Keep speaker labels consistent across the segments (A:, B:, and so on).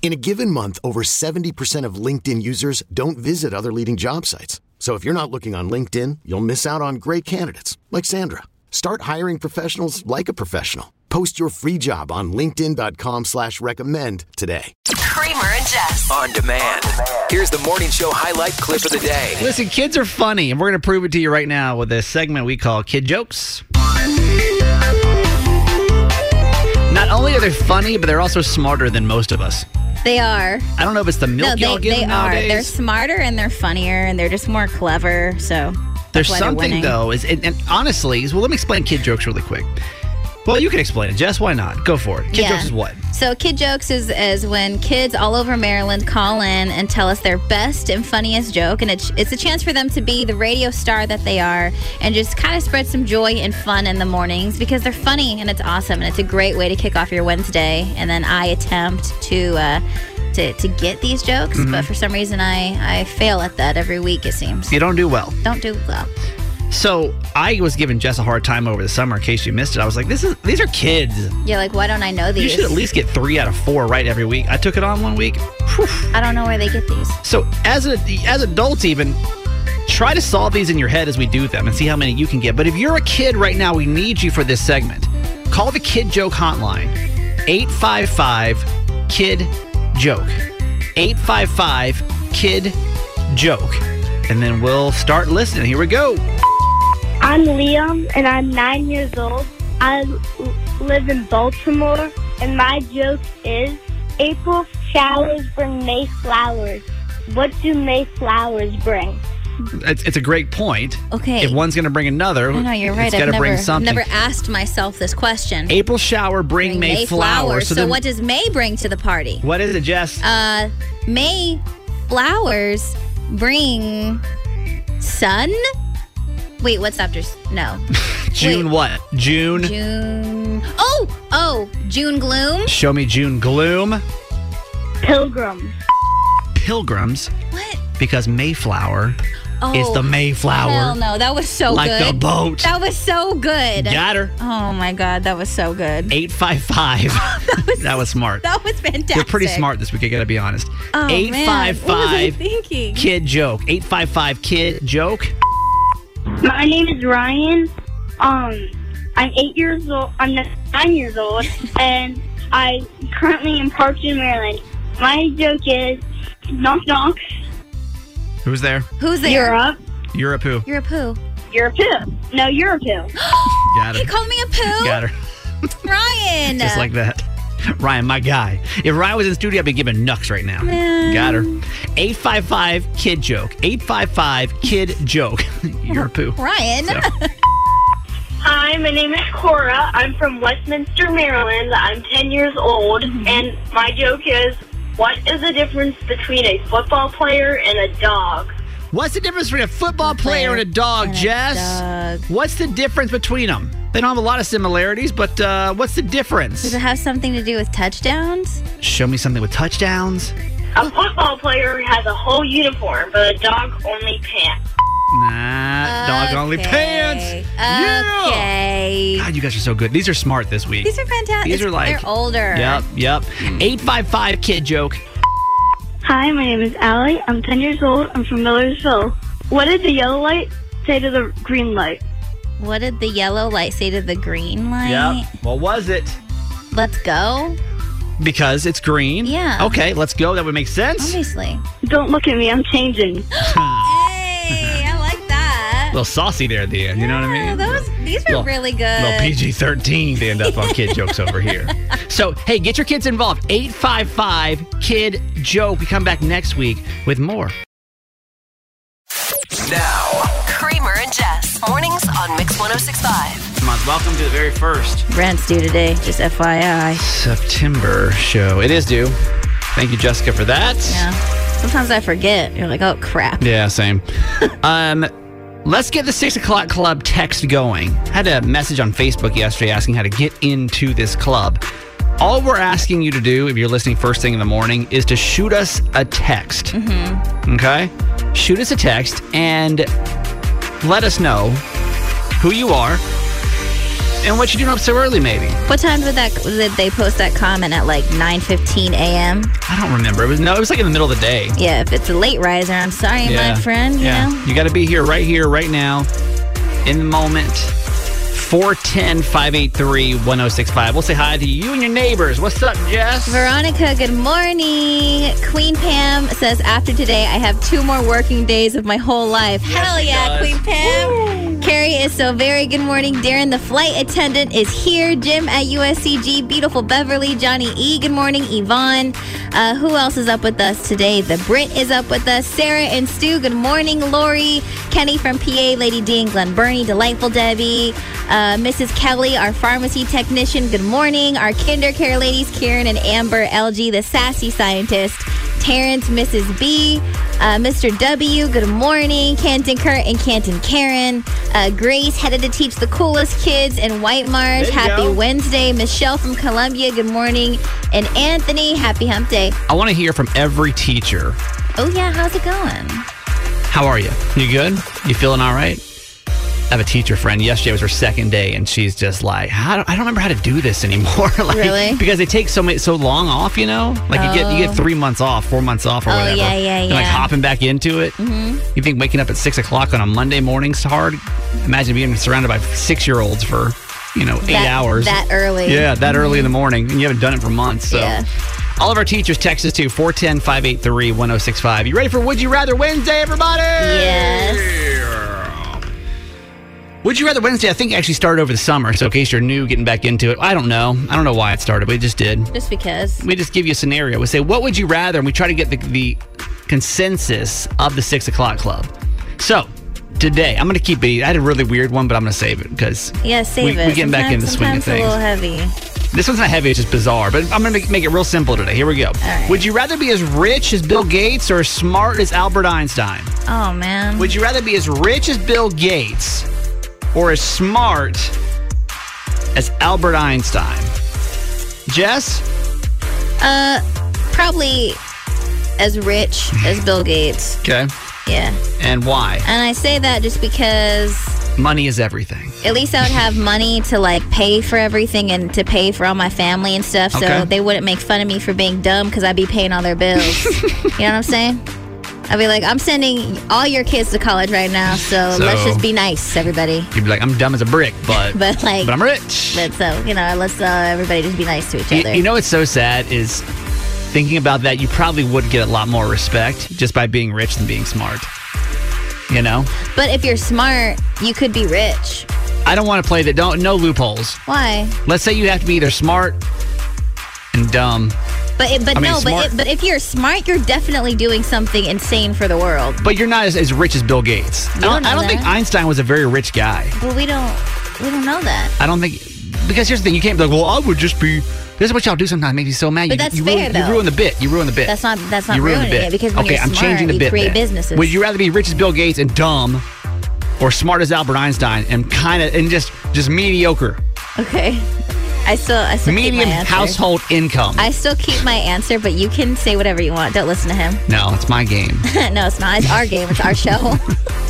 A: In a given month, over 70% of LinkedIn users don't visit other leading job sites. So if you're not looking on LinkedIn, you'll miss out on great candidates like Sandra. Start hiring professionals like a professional. Post your free job on LinkedIn.com slash recommend today.
B: Kramer and Jess.
C: On demand. Here's the morning show highlight clip of the day.
D: Listen, kids are funny, and we're going to prove it to you right now with this segment we call Kid Jokes. Not only are they funny, but they're also smarter than most of us.
E: They are.
D: I don't know if it's the
E: No,
D: milk
E: they,
D: y'all give
E: they
D: them
E: are. They're
D: nowadays.
E: smarter and they're funnier and they're just more clever. So
D: There's
E: why they're
D: something
E: winning.
D: though is, and, and honestly, is- well, let me explain kid jokes really quick. Well, you can explain it, Jess. Why not? Go for it. Kid
E: Yeah.
D: jokes is what?
E: So kid jokes is is when kids all over Maryland call in and tell us their best and funniest joke, and it's it's a chance for them to be the radio star that they are, and just kind of spread some joy and fun in the mornings because they're funny and it's awesome, and it's a great way to kick off your Wednesday. And then I attempt to. Uh, to, to get these jokes,
D: Mm-hmm.
E: but for some reason I, I fail at that every week, it seems.
D: You don't do well.
E: Don't do well.
D: So I was giving Jess a hard time over the summer. In case you missed it, I was like, "This is these are kids.
E: You're like, why don't I know these?
D: You should at least get three out of four right every week." I took it on one week. Phew.
E: I don't know where they get these.
D: So as a, as adults, even try to solve these in your head as we do them and see how many you can get. But if you're a kid right now, we need you for this segment. Call the Kid Joke Hotline, 855 Kid Joke. 855 Kid Joke. And then we'll start listening. Here we go.
F: I'm Liam, and I'm nine years old. I l- live in Baltimore, and my joke is April showers bring May flowers. What do May flowers bring?
D: It's, it's a great point.
E: Okay.
D: If one's going to bring another,
E: I know you're right.
D: it's
E: I've
D: got to
E: never,
D: bring
E: I've
D: something.
E: never asked myself this question.
D: April shower, bring, May, flowers.
E: So,
D: then-
E: what does May bring to the party?
D: what is it, Jess?
E: Uh, May flowers bring sun. Wait, what's after? s- No,
D: June
E: wait.
D: what? June.
E: June. Oh, oh, June gloom.
D: Show me June gloom.
F: Pilgrims.
D: Pilgrims,
E: What?
D: because Mayflower
E: Oh,
D: is the Mayflower.
E: Hell no, that was so
D: Like
E: good.
D: the boat.
E: That was so good.
D: Got her.
E: Oh my god, that was so good.
D: 855.
E: Oh,
D: that, was, smart.
E: That was fantastic.
D: You're pretty smart this week, I gotta be honest.
E: Oh, man. What was I
D: 855
E: thinking?
D: Kid Joke. 855 Kid Joke.
F: My name is Ryan. Um, I'm eight years old. I'm nine years old, and I currently am parked in Maryland. My joke is knock knock.
D: Who's there?
E: Who's there?
F: You're up.
D: You're a poo.
E: You're a poo.
F: You're a poo. No, you're a poo.
D: Got
E: He
D: her.
E: called me uh, a poo.
D: Got her.
E: Ryan.
D: Just like that. Ryan, my guy. If Ryan was in studio, I'd be giving nucks right now. Got her. 855 Kid Joke. 855 Kid Joke. You're a poo.
E: Ryan.
D: So.
F: Hi, my name is Cora. I'm from Westminster, Maryland. I'm 10 years old, and my joke is what is the difference between a football player and a dog?
D: What's the difference between a football player,
E: Player
D: and a dog,
E: and a
D: Jess?
E: dog.
D: What's the difference between them? They don't have a lot of similarities, but uh, what's the difference?
E: Does it have something to do with touchdowns?
D: Show me something with touchdowns.
F: A football player has a whole uniform, but a dog only pants.
D: Nah, Uh, dog only
E: Okay.
D: pants. Yeah.
E: Okay.
D: God, you guys are so good. These are smart this week.
E: These are fantastic.
D: These are like-
E: They're older.
D: Yep, yep. 855 kid joke.
F: Hi, my name is Allie. I'm 10 years old. I'm from Millersville. What did the yellow light say to the green light?
E: What did the yellow light say to the green light?
D: Yep. What was it?
E: Let's go.
D: Because it's green.
E: Yeah.
D: Okay, let's go. That would make sense.
E: Obviously.
F: Don't look at me, I'm changing.
E: Hey, I like that.
D: A little saucy there at the end. You know what I
E: Yeah,
D: mean?
E: That was good. These are
D: Little-
E: really
D: Well,
E: good.
D: PG 13 to end up on kid jokes over here. So, hey, get your kids involved. 855 Kid Joke. We come back next week with more.
C: Now,
B: Kramer and Jess. Mornings on Mix 1065.
G: Welcome to the very first.
E: Rent's due today, just FYI.
D: September show. It is due. Thank you, Jessica, for that.
E: Yeah. Sometimes I forget. You're like, oh crap.
D: Yeah, same. um, let's get the six o'clock club text going. I had a message on Facebook yesterday asking how to get into this club. All we're asking you to do, if you're listening first thing in the morning, is to shoot us a text. Okay? Shoot us a text and let us know who you are and what you're doing up so early, maybe.
E: What time did that did they post that comment at like 9:15 a.m.?
D: I don't remember. It was no, it was like in the middle of the day.
E: Yeah, if it's a late riser, I'm sorry, my friend. You
D: yeah.
E: know,
D: You got to be here, right here, right now, in the moment. 410 583 1065. We'll say hi to you and your neighbors. What's up, Jess?
E: Veronica, good morning. Queen Pam says, after today, I have two more working days of my whole life. Hell
D: she
E: yeah,
D: does.
E: Queen Pam. Carrie is so very good morning. Darren, the flight attendant, is here. Jim at USCG. Beautiful Beverly. Johnny E. Good morning. Yvonne. Uh, who else is up with us today? The Brit is up with us. Sarah and Stu. Good morning. Lori. Kenny from PA. Lady D and Glen Burnie. Delightful Debbie. Uh, Mrs. Kelly, our pharmacy technician. Good morning. Our kinder care ladies, Karen and Amber. LG, the sassy scientist. Terrence, Mrs. B, uh, Mr. W, good morning, Canton Kurt and Canton Karen, uh, Grace headed to teach the coolest kids in White Marsh.
D: There you
E: Happy
D: go.
E: Wednesday, Michelle from Columbia, good morning, and Anthony, happy hump day.
D: I want to hear from every teacher.
E: Oh yeah, how's it going?
D: How are you? You good? You feeling all right? I have a teacher friend. Yesterday was her second day, and she's just like, I don't, I don't remember how to do this anymore. like,
E: Really?
D: Because they take so many, so long off, you know. Like you get you get three months off, four months off, or
E: Oh,
D: whatever.
E: yeah, yeah,
D: And like
E: yeah.
D: hopping back into it. Mm-hmm. You think waking up at six o'clock on a Monday morning's hard? Imagine being surrounded by six year olds for you know eight
E: That-
D: hours.
E: that early.
D: Yeah, that early in the morning, and you haven't done it for months. So.
E: Yeah.
D: All of our teachers text us to 410 583 1065. You ready for Would You Rather Wednesday, everybody?
E: Yes.
D: Would you rather Wednesday? I think actually started over the summer. So in case you're new getting back into it, I don't know. I don't know why it started, but it just did.
E: Just because.
D: We just give you a scenario. We say, what would you rather? And we try to get the, the consensus of the six o'clock club. So today, I'm going to keep it. I had a really weird one, but I'm going to save it because
E: Yeah, save
D: we,
E: it.
D: we getting back in the
E: Sometimes-
D: swing of
E: sometimes It's
D: things.
E: a little heavy.
D: This one's not heavy, it's just bizarre, but I'm going to make it real simple today. Here we go.
E: right.
D: Would you rather be as rich as Bill Gates or as smart as Albert Einstein?
E: Oh man.
D: Would you rather be as rich as Bill Gates or as smart as Albert Einstein? Jess?
E: uh, probably as rich as Bill Gates.
D: Okay.
E: Yeah,
D: And why?
E: and I say that just because.
D: Money is everything.
E: at least I would have money to like pay for everything and to pay for all my family and stuff.
D: Okay.
E: So they wouldn't make fun of me for being dumb because I'd be paying all their bills. you know what I'm saying? I'd be like, I'm sending all your kids to college right now, so,
D: So-
E: let's just be nice, everybody.
D: You'd be like, I'm dumb as a brick, but but,
E: But like,
D: I'm rich.
E: but so you know, let's uh, everybody just be nice to each
D: Y-
E: other.
D: You, know what's so sad is thinking about that, you probably would get a lot more respect just by being rich than being smart. You know?
E: but if you're smart, you could be rich.
D: I don't want to play that. Don't no loopholes.
E: Why?
D: Let's say you have to be either smart and dumb,
E: But it, but
D: I mean,
E: no,
D: smart-
E: but it, but if you're smart, you're definitely doing something insane for the world.
D: but you're not as, as rich as Bill Gates. I
E: don't
D: don't, I
E: know
D: don't think
E: that.
D: Einstein was a very rich guy.
E: Well, we don't we don't know that.
D: I don't think because here's the thing: you can't be like, well, I would just be. This is what y'all do sometimes. Makes me so mad.
E: But
D: you,
E: that's
D: you
E: fair,
D: ruin, You
E: though.
D: ruin the bit. You ruin the bit.
E: That's not- that's not
D: you ruin the
E: ruining
D: bit.
E: it, because when
D: okay,
E: you're
D: I'm
E: smart,
D: changing the
E: you
D: bit.
E: create
D: then.
E: businesses.
D: Would you rather be rich as Bill Gates and dumb, or smart as Albert Einstein and kind of and just just mediocre,
E: Okay. I still I still keep
D: medium
E: my answer.
D: household income?
E: I still keep my answer, but you can say whatever you want. Don't listen to him.
D: no, it's my game.
E: no, it's not. It's our game. It's our show.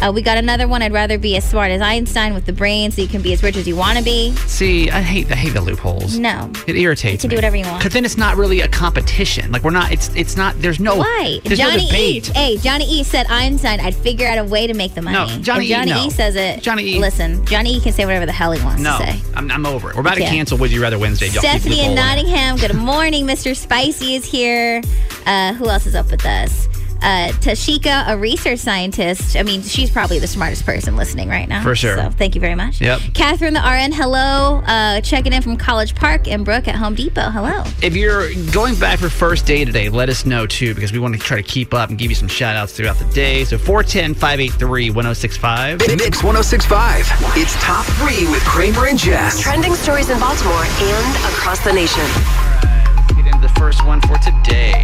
E: uh, we got another one. I'd rather be as smart as Einstein with the brain, so you can be as rich as you want to be.
D: See, I hate I hate the loopholes.
E: No.
D: It irritates
E: You can
D: me.
E: do whatever you want.
D: Because then it's not really a competition. Like we're not. It's it's not. There's no.
E: Why? If
D: There's no
E: Johnny E.
D: debate.
E: Hey, Johnny E. said Einstein. I'd figure out a way to make the money.
D: No, Johnny E,
E: if Johnny
D: no.
E: E. says it.
D: Johnny E.
E: Listen, Johnny E. can say whatever the hell he wants
D: No,
E: to say.
D: I'm, I'm over it. We're about to
E: Yeah.
D: cancel Would You Rather Wednesday. Y'all keep
E: Stephanie in
D: loopholing.
E: Nottingham. Good morning, Mr. Spicy is here. Uh, who else is up with us? uh, Tashika, a research scientist. I mean, she's probably the smartest person listening right now.
D: For sure.
E: So thank you very much.
D: Yep.
E: Catherine, the RN, hello. Uh, checking in from College Park in Brook at Home Depot. Hello.
D: If you're going back for first day today, let us know too, because we want to try to keep up and give you some shout outs throughout the day. So 410 583 1065.
C: Mix 1065. It's top three with Kramer and Jess.
B: Trending stories in Baltimore and across the nation.
D: Get into the first one for today.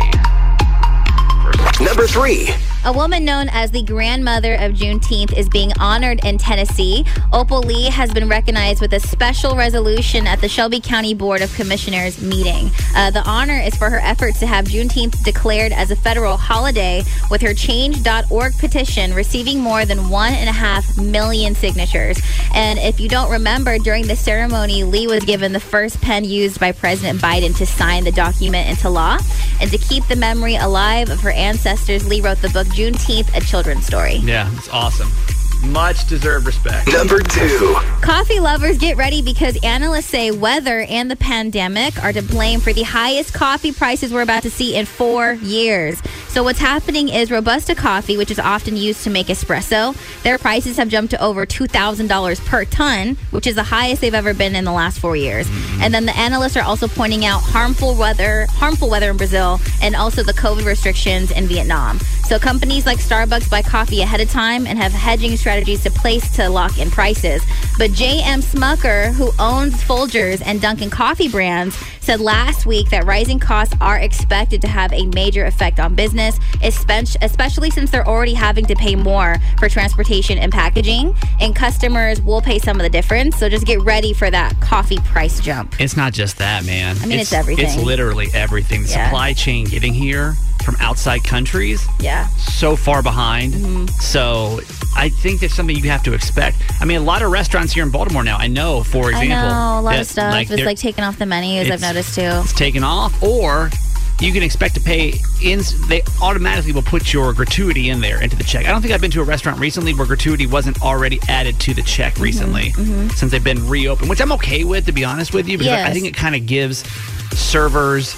D: First-
C: Number three.
E: A woman known as the grandmother of Juneteenth is being honored in Tennessee. Opal Lee has been recognized with a special resolution at the Shelby County Board of Commissioners meeting. Uh, the honor is for her efforts to have Juneteenth declared as a federal holiday, with her change.org petition receiving more than one and a half million signatures. And if you don't remember, during the ceremony, Lee was given the first pen used by President Biden to sign the document into law. And to keep the memory alive of her ancestors, Lee wrote the book Juneteenth, a children's story.
D: Yeah, it's awesome. Much deserved respect.
C: Number two.
E: Coffee lovers, get ready because analysts say weather and the pandemic are to blame for the highest coffee prices we're about to see in four years. So, what's happening is Robusta coffee, which is often used to make espresso, their prices have jumped to over $2,000 per ton, which is the highest they've ever been in the last four years. And then the analysts are also pointing out harmful weather, harmful weather in Brazil, and also the COVID restrictions in Vietnam. So companies like Starbucks buy coffee ahead of time and have hedging strategies to place to lock in prices. But J.M. Smucker, who owns Folgers and Dunkin' Coffee brands, said last week that rising costs are expected to have a major effect on business, espe- especially since they're already having to pay more for transportation and packaging, and customers will pay some of the difference. So just get ready for that coffee price jump.
D: It's not just that, man.
E: I mean, it's everything.
D: It's literally everything. The
E: Yeah.
D: supply chain getting here from outside countries,
E: Yeah.
D: so far behind.
E: Mm-hmm.
D: So I think that's something you have to expect. I mean, a lot of restaurants here in Baltimore now. I know, for
E: I
D: example,
E: know a lot
D: that,
E: of stuff is
D: they're-
E: like taking off the menus. I've
D: it's-
E: noticed too.
D: It's taken off, or you can expect to pay in. They automatically will put your gratuity in there into the check. I don't think I've been to a restaurant recently where gratuity wasn't already added to the check
E: Mm-hmm,
D: recently since they've been reopened, which I'm okay with, to be honest with you, because I- I
E: Yes.
D: think it kind of gives servers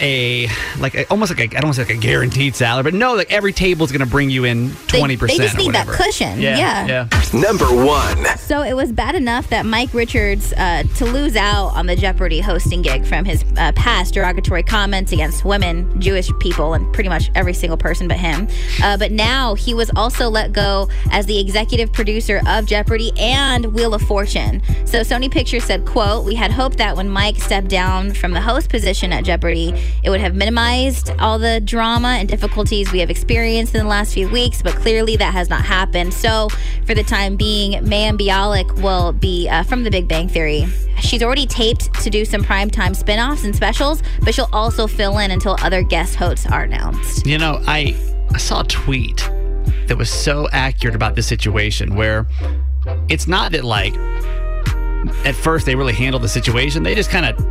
D: a like a, almost like a, I don't want to say like a guaranteed salary, but no, like every table's going to bring you in
E: They-
D: twenty percent.
E: They just need that cushion.
D: yeah, yeah.
C: Number one.
E: So it was bad enough that Mike Richards uh, to lose out on the Jeopardy hosting gig from his uh, past derogatory comments against women, Jewish people, and pretty much every single person but him. Uh, but now he was also let go as the executive producer of Jeopardy and Wheel of Fortune. So Sony Pictures said, "quote We had hoped that when Mike stepped down from the host position at Jeopardy, it would have minimized all the drama and difficulties we have experienced in the last few weeks, but clearly that has not happened. So, for the time being, Mayim Bialik will be uh, from The Big Bang Theory. She's already taped to do some primetime spin-offs and specials, but she'll also fill in until other guest hosts are announced.
D: You know, I I saw a tweet that was so accurate about this situation where it's not that like at first they really handled the situation. They just kind of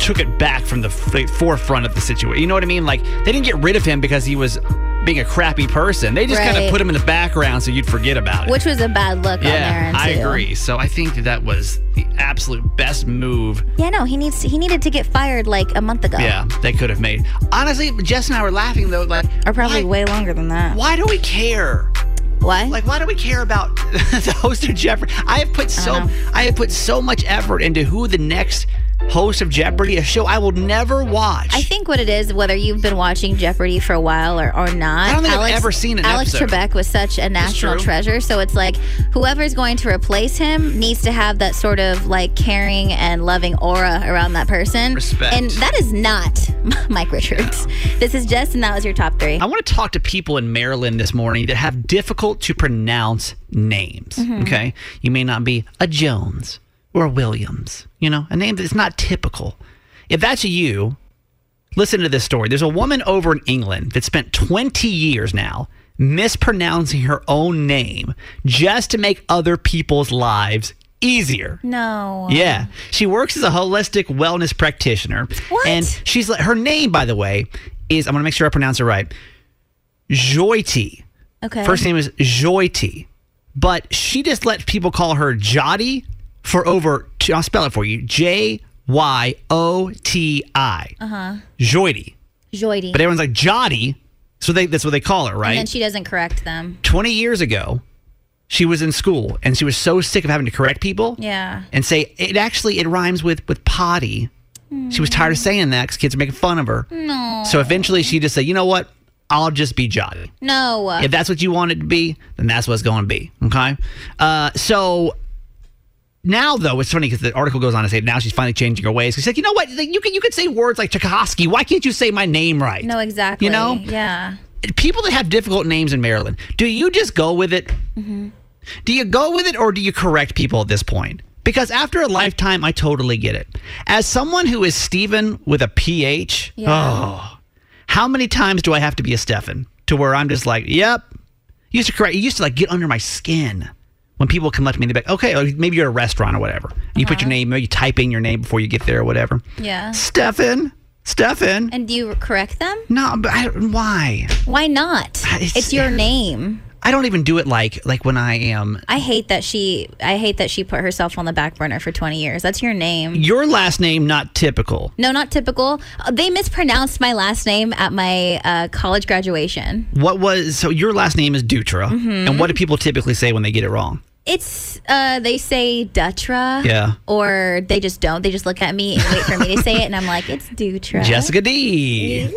D: took it back from the f- forefront of the situation. You know what I mean? Like they didn't get rid of him because he was being a crappy person. They just kind
E: Right.
D: of put him in the background so you'd forget about it.
E: Which was a bad look on their
D: yeah,
E: end.
D: I
E: too.
D: agree. So I think that, that was the absolute best move
E: Yeah, no, he needs he needed to get fired like a month ago.
D: yeah they could have made. Honestly, Jess and I were laughing though like
E: Or probably
D: why,
E: way longer than that.
D: why do we care?
E: Why?
D: Like, why do we care about the host of Jeopardy? I have put so
E: know.
D: I have put so much effort into who the next host of Jeopardy, a show I will never watch.
E: I think what it is, whether you've been watching Jeopardy for a while or, or not,
D: I don't think I've ever seen an
E: Alex
D: episode.
E: Trebek was such a national
D: true.
E: treasure, so it's like whoever's going to replace him needs to have that sort of like caring and loving aura around that person.
D: Respect.
E: And that is not Mike Richards. This is just, and that was your top three.
D: I want to talk to people in Maryland this morning that have difficult to pronounce names. Okay, you may not be a Jones or a Williams. You know, a name that's not typical. If that's you, Listen to this story. There's a woman over in England that spent 20 years now mispronouncing her own name just to make other people's lives easier.
E: no.
D: Yeah. She works as a holistic wellness practitioner.
E: What?
D: And she's her name, by the way, is I'm going to make sure I pronounce it right Joyti.
E: Okay.
D: First name is Joyti, but she just lets people call her Jotty for over. Two, I'll spell it for you: J Y O T I. Uh huh. Joity,
E: Joydy.
D: but everyone's like Jotty. So they that's what they call her, right?
E: And then she doesn't correct them.
D: 20 years ago, she was in school and she was so sick of having to correct people.
E: Yeah.
D: And say it actually it rhymes with with potty. She was tired of saying that because kids are making fun of her. No. So eventually she just said, you know what? I'll just be Jotty.
E: No.
D: If that's what you want it to be, then that's what it's going to be. Okay. Uh, so now, though, it's funny because the article goes on to say now she's finally changing her ways. She's like, you know what? You can you can say words like Tchaikovsky. Why can't you say my name right?
E: no, exactly.
D: You know,
E: Yeah.
D: people that have difficult names in Maryland, do you just go with it?
E: Mm-hmm.
D: Do you go with it or do you correct people at this point? Because after a lifetime, I totally get it. As someone who is Steven with a PH,
E: Yeah.
D: oh, how many times do I have to be a Stefan to where I'm just like, yep. You used to correct, you used to like get under my skin when people come up to me and they're like, okay, like, maybe you're at a restaurant or whatever. You put your name, you type in your name before you get there or whatever.
E: Yeah.
D: Stefan, Stefan.
E: And do you correct them?
D: No, but I, don't- why?
E: Why not?
D: It's-
E: It's, your name.
D: I don't even do it like like when I am.
E: I hate that she. I hate that she put herself on the back burner for 20 years. That's your name.
D: Your last name not typical.
E: No, not typical. Uh, They mispronounced my last name at my uh, college graduation.
D: What was so? Your last name is Dutra, and
E: Mm-hmm.
D: what do people typically say when they get it wrong?
E: It's uh, they say Dutra.
D: Yeah.
E: Or they just don't. They just look at me and wait for me to say it, and I'm like, it's Dutra.
D: Jessica D.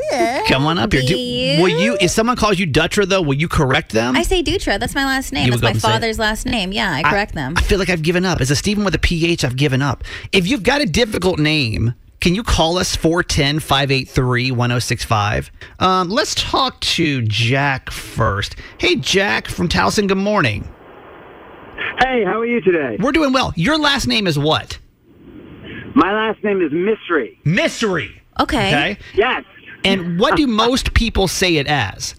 D: Come on up here. Do,
E: Yeah.
D: will you? If someone calls you Dutra, though, will you correct them?
E: I say Dutra. That's my last name.
D: You
E: That's
D: would go
E: my
D: and say it.
E: father's last name. Yeah, I correct them.
D: I feel like I've given up. As a Stephen with a PH, I've given up. If you've got a difficult name, can you call us 410 583 1065? Um, Let's talk to Jack first. Hey, Jack from Towson, good morning.
G: Hey, how are you today?
D: We're doing well. Your last name is what?
G: My last name is Mystery.
D: Mystery.
E: Okay.
D: Okay.
G: Yes.
D: And what do most people say it as?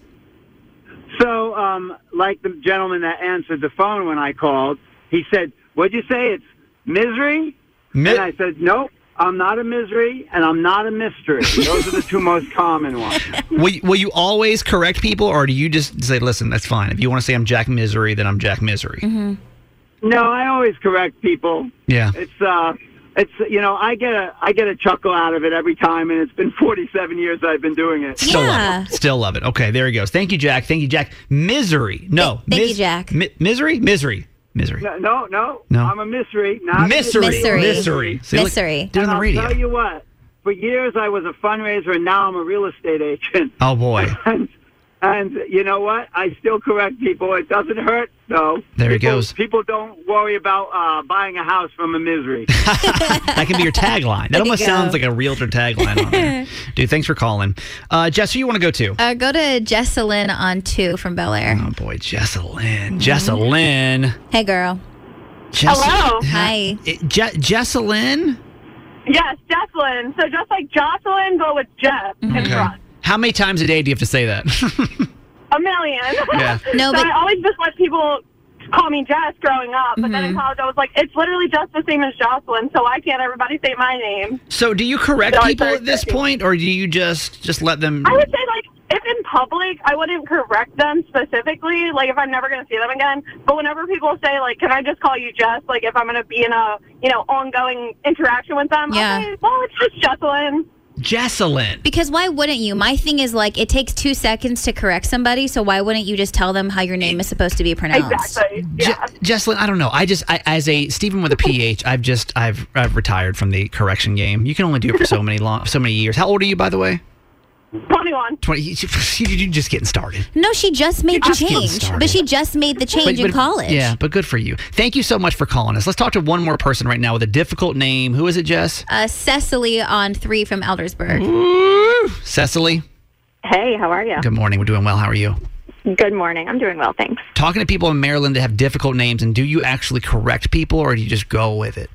G: So, um, like the gentleman that answered the phone when I called, he said, "What'd you say? It's misery."
D: Mi-
G: and I said, "Nope, I'm not a misery, and I'm not a mystery. Those are the two most common ones."
D: Will you, will you always correct people, or do you just say, listen, that's fine. If you want to say I'm Jack Misery, then I'm Jack Misery?
E: Mm-hmm.
G: No, I always correct people.
D: Mm-hmm. Yeah.
G: It's uh, it's you know, I get a I get a chuckle out of it every time, and it's been 47 years I've been doing it.
D: Still
E: Yeah.
D: love it. Still love it. Okay, there he goes. Thank you, Jack. Thank you, Jack. Misery. No.
E: Th- thank you, Jack.
D: mi- misery? Misery. Misery.
G: No, no, no,
D: No.
G: I'm a mystery, not
D: Misery.
G: a
E: Mystery.
D: Misery. See, look,
E: Mystery.
D: Doing the
G: I'll
D: radio.
G: tell you what. For years, I was a fundraiser, and now I'm a real estate agent.
D: oh, boy.
G: And, and you know what? I still correct people. It doesn't hurt, though.
D: There he
G: people,
D: goes.
G: People don't worry about uh, buying a house from a misery.
D: That can be your tagline. That
E: you
D: almost
E: go.
D: sounds like a realtor tagline on there. Dude, thanks for calling. Uh, Jess, who you want to go to?
E: Uh, go to Jessalyn on two from Bel Air.
D: Oh boy,
E: Mm-hmm.
D: Jessalyn. Jessalyn.
E: Hey, girl.
D: Jess-
H: Hello.
E: Hi.
D: It- Je- Jessalyn?
H: Yes, Jessalyn. So just like Jocelyn, but with Jeff in front.
D: How many times a day do you have to say that?
H: A million.
D: Yeah.
E: No,
H: so
E: but-
H: I always just let people call me Jess growing up, but then in college I was like, it's literally just the same as Jocelyn, so why can't everybody say my name?
D: so do you correct
H: No, I
D: people
H: don't.
D: at this point or do you just just let them
H: I would say like if in public, I wouldn't correct them specifically, like if I'm never going to see them again. But whenever people say like, "Can I just call you Jess?" Like if I'm going to be in a you know ongoing interaction with them,
E: Yeah.
H: I'll say, well, it's just Jessalyn.
D: Jessalyn?
E: Because why wouldn't you? My thing is like it takes two seconds to correct somebody, so why wouldn't you just tell them how your name is supposed to be pronounced?
H: Exactly.
D: Je-
H: Yeah.
D: Jessalyn, I don't know. I just I, as a Stephen with a PH, I've just I've I've retired from the correction game. You can only do it for so many long so many years. How old are you by the way?
H: 21.
D: 20 you- you're just getting started.
E: No, she just made the
D: Just getting
E: change.
D: started.
E: But she just made the change in college.
D: Yeah, but good for you. Thank you so much for calling us. Let's talk to one more person right now with a difficult name. Who is it, Jess?
E: Uh, Cecily on three from Eldersburg.
D: Mm-hmm. Cecily.
I: Hey, how are you?
D: Good morning. We're doing well. How are you?
I: Good morning. I'm doing well, thanks.
D: Talking to people in Maryland that have difficult names, and do you actually correct people or do you just go with it?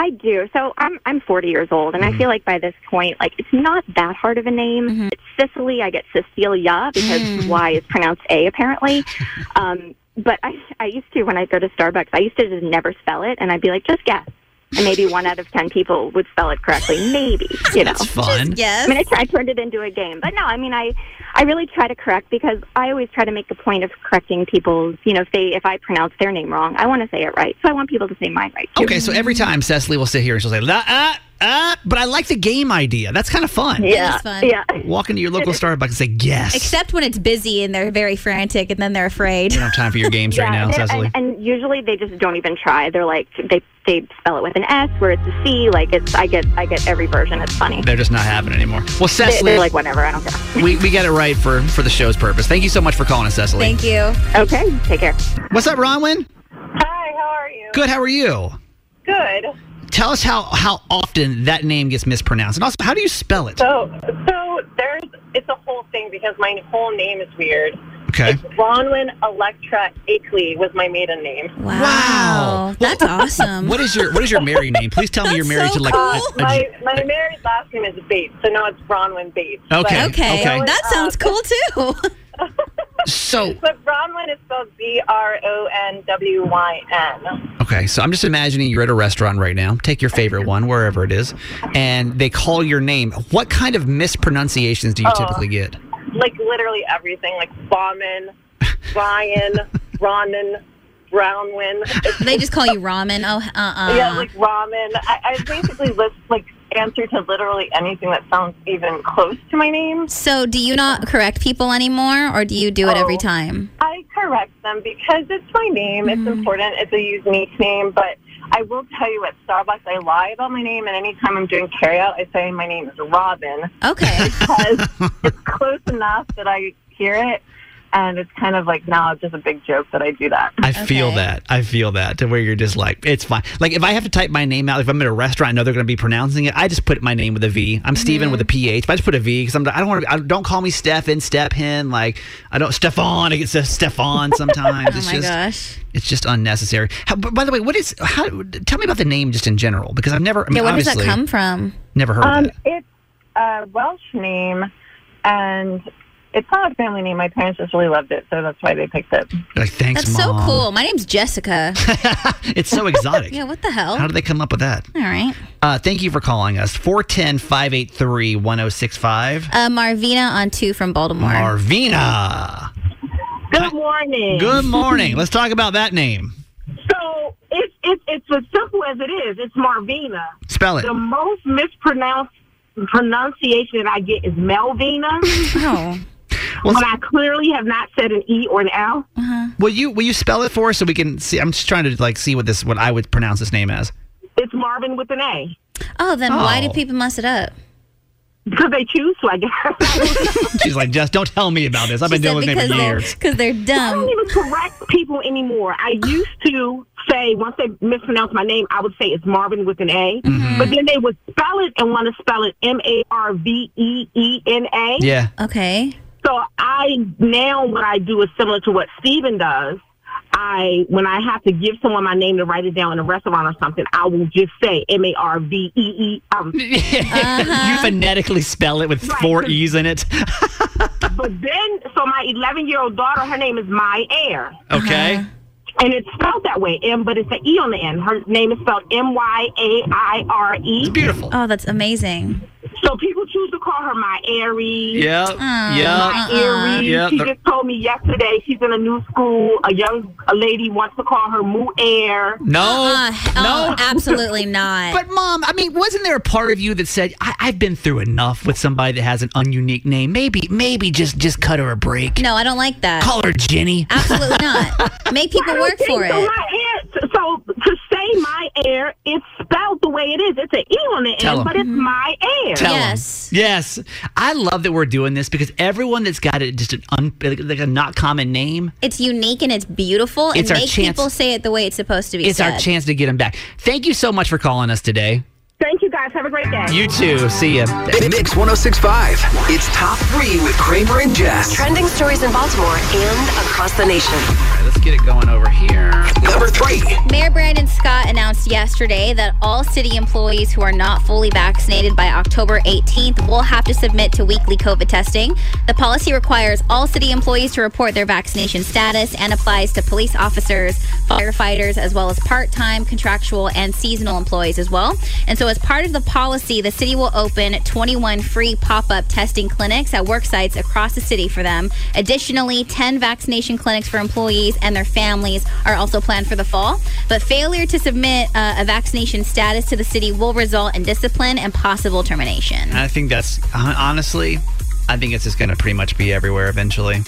I: I do. So I'm I'm 40 years old, and
D: Mm-hmm.
I: I feel like by this point, like it's not that hard of a name. It's Sicily. I get Cecilia because
D: Mm.
I: Y is pronounced A apparently. um, but I I used to when I go to Starbucks, I used to just never spell it, and I'd be like, just guess, and maybe one out of ten people would spell it correctly. Maybe you know.
D: That's fun.
I: I
E: Yes.
I: mean, I, tr- I turned it into a game, but no, I mean, I, I really try to correct because I always try to make a point of correcting people's, you know, if they if I pronounce their name wrong, I want to say it right, so I want people to say mine right too.
D: Okay, so every time Cecily will sit here and she'll say, "La- ah, Uh, but I like the game idea. That's kind of fun.
E: Yeah, It is fun. yeah.
D: Walk into your local Starbucks and say, "Yes,
E: Except when it's busy and they're very frantic and then they're afraid.
D: we don't have time for your games right now,
I: and, they're-
D: Cecily."
I: and, and usually they just don't even try. They're like they they spell it with an S where it's a C. Like it's I get I get every version. It's funny.
D: They're just not having it anymore. Well,
I: They-
D: Cecily,
I: they're like whatever. I don't care.
D: we we got it right for for the show's purpose. Thank you so much for calling us, Cecily.
E: Thank you.
I: Okay, take care.
D: What's up, Bronwyn?
H: Hi, how are you?
D: Good. How are you?
H: Good.
D: Tell us how how often that name gets mispronounced, and also how do you spell it?
H: So, so there's it's a whole thing because my whole name is weird.
D: Okay.
H: Bronwyn Electra Akeley was my maiden name.
E: Wow, Oh, that's awesome.
D: What is your what is your married name? Please tell me you're married to like a- a,
H: my, my married last name is Bates, so now it's Bronwyn Bates. But- uh,
D: Okay, Okay, okay. that
E: sounds cool too.
D: so
H: But Bronwyn is spelled B R O N W Y N.
D: Okay, so I'm just imagining you're at a restaurant right now. Take your favorite one, wherever it is, and they call your name. What kind of mispronunciations do you
H: Oh.
D: typically get?
H: Like literally everything, like Bauman, Ryan, Ronan, Brownwin. It's-
E: They just call you ramen. Oh, uh, uh
H: Yeah, like ramen. I, I basically list like answer to literally anything that sounds even close to my name.
E: So, do you not correct people anymore, or do you do it every
H: Oh.
E: time?
H: I correct them because it's my name. It's
E: Mm-hmm.
H: important. It's a unique name. But I will tell you at Starbucks, I lie about my name. And anytime I'm doing carryout, I say my name is Robin
E: Okay.
H: because it's close enough that I hear it. And it's kind of like now it's just a big joke that I do that.
D: I feel that. I feel that to where you're just like, it's fine. Like if I have to type my name out, if I'm at a restaurant, I know they're going to be pronouncing it. I just put my name with a V. I'm Steven
E: Mm-hmm.
D: with a PH, but I just put a V because I'm. I don't want to. Don't call me Stefan, Stephen. Like I don't Stefan. It says Stefan sometimes.
E: oh
D: it's
E: my
D: just,
E: gosh.
D: It's just unnecessary. How, but by the way, what is? How? Tell me about the name just in general because I've never. I mean,
E: yeah, where does that
D: obviously,
E: come from?
D: Never heard of
H: Um,
D: it.
H: it's a Welsh name, and it's not a family name. My parents just really loved it, so that's why they picked it.
D: Like thanks,
E: That's
D: mom.
E: so cool. My name's Jessica.
D: It's so exotic.
E: yeah, what the hell?
D: How did they come up with that?
E: All right.
D: Uh, thank you for calling us. 410-583-1065.
E: Uh, Marvina on two from Baltimore.
D: Marvina.
J: Good morning.
D: Good morning. Let's talk about that name.
J: So it's it's it's as simple as it is. It's Marvina.
D: Spell it.
J: The most mispronounced pronunciation that I get is Melvina.
E: oh.
J: when I clearly have not said an E or an L.
D: Will you will you spell it for us so we can see I'm just trying to like see what this what I would pronounce this name as.
J: It's Marvin with an A.
E: Oh, then why do
D: Oh.
E: people mess it up?
J: Because they choose to, I guess.
D: She's like, just don't tell me about this. I've been
E: She said
D: dealing with this
E: because
D: name for
E: they're,
D: years.
E: because they're
J: I
E: dumb.
J: don't even correct people anymore. I used to say once they mispronounce my name, I would say it's Marvin with an A.
E: Mm-hmm.
J: But then they would spell it and want to spell it M A R V E E N A.
D: Yeah.
E: Okay.
J: So I now what I do is similar to what Steven does. I when I have to give someone my name to write it down in a restaurant or something, I will just say M A R V E E. Um,
E: Uh-huh.
D: you phonetically spell it with four E's in it.
J: But then, so my 11 year old daughter, her name is My Air,
D: Okay.
J: and it's spelled that way M, but it's an E on the end. Her name is spelled M Y A I R E.
D: It's beautiful.
E: Oh, that's amazing. Oh,
J: So people choose to call her My Airy.
D: Yep.
J: My
D: Yep.
J: Airy.
D: Yep.
J: She just told me yesterday she's in a new school. A young a lady wants to call her Moo Air.
D: No.
E: Uh, oh, absolutely not.
D: But mom, I mean, wasn't there a part of you that said, I- "I've been through enough with somebody that has an ununique name. Maybe, maybe just just cut her a break.
E: no, I don't like that.
D: Call her Jenny."
E: Absolutely not. Make people
J: I
E: work
J: don't
E: for
J: think so.
E: it.
J: My air, so to say my air, it's spelled the way it is. It's an E on the end,
D: Tell 'em.
J: but it's my air.
D: Tell 'em.
E: Yes.
D: Yes. I love that we're doing this because everyone that's got it just an un- like like a not common name.
E: It's unique and it's beautiful. And
D: It's our
E: make
D: chance.
E: people say it the way it's supposed to be
D: It's
E: said.
D: our chance to get them back. Thank you so much for calling us today.
J: Thank you guys. Have a great day.
D: You too. See ya.
C: Mix 1065. It's top three with Kramer and Jess.
B: Trending stories in Baltimore and across the nation.
D: All right, let's get it going over here.
C: Number three.
E: Mayor Brandon Scott announced yesterday that all city employees who are not fully vaccinated by October 18th will have to submit to weekly COVID testing. The policy requires all city employees to report their vaccination status and applies to police officers, firefighters, as well as part time, contractual, and seasonal employees as well. And so, as part of the policy, the city will open 21 free pop up testing clinics at work sites across the city for them. Additionally, 10 vaccination clinics for employees and their their families are also planned for the fall. But failure to submit uh, a vaccination status to the city will result in discipline and possible termination.
D: I think that's hon- honestly, I think it's just going to pretty much be everywhere eventually.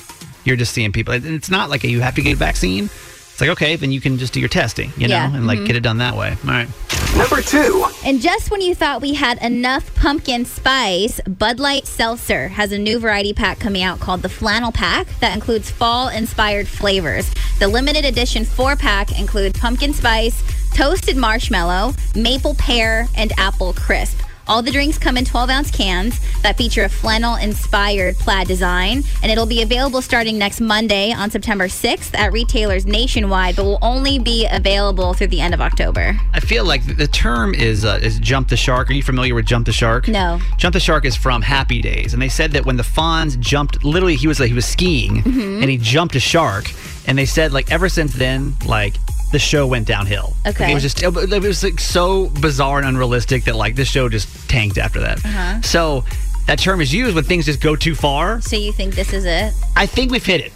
D: You're just seeing people. and It's not like you have to get a vaccine. It's like okay, then you can just do your testing, you know,
E: Yeah,
D: and like
E: mhm.
D: get it done that way. All right.
K: Number two.
E: And just when you thought we had enough pumpkin spice, Bud Light Seltzer has a new variety pack coming out called the Flannel Pack that includes fall inspired flavors. The limited edition four pack includes pumpkin spice, toasted marshmallow, maple pear, and apple crisp. All the drinks come in 12 ounce cans that feature a flannel inspired plaid design, and it'll be available starting next Monday on September 6th at retailers nationwide, but will only be available through the end of October.
D: I feel like the- the term is uh, is jump the shark. Are you familiar with jump the shark?
E: No.
D: Jump the shark is from Happy Days, and they said that when the Fonz jumped, literally he was like he was skiing
E: Mhm.
D: and he jumped a shark, and they said like ever since then like the show went downhill. Like,
E: Okay.
D: it was just it was like so bizarre and unrealistic that like this show just tanked after that.
E: Uh-huh.
D: So that term is used when things just go too far.
E: So you think this is it?
D: I think we've hit it.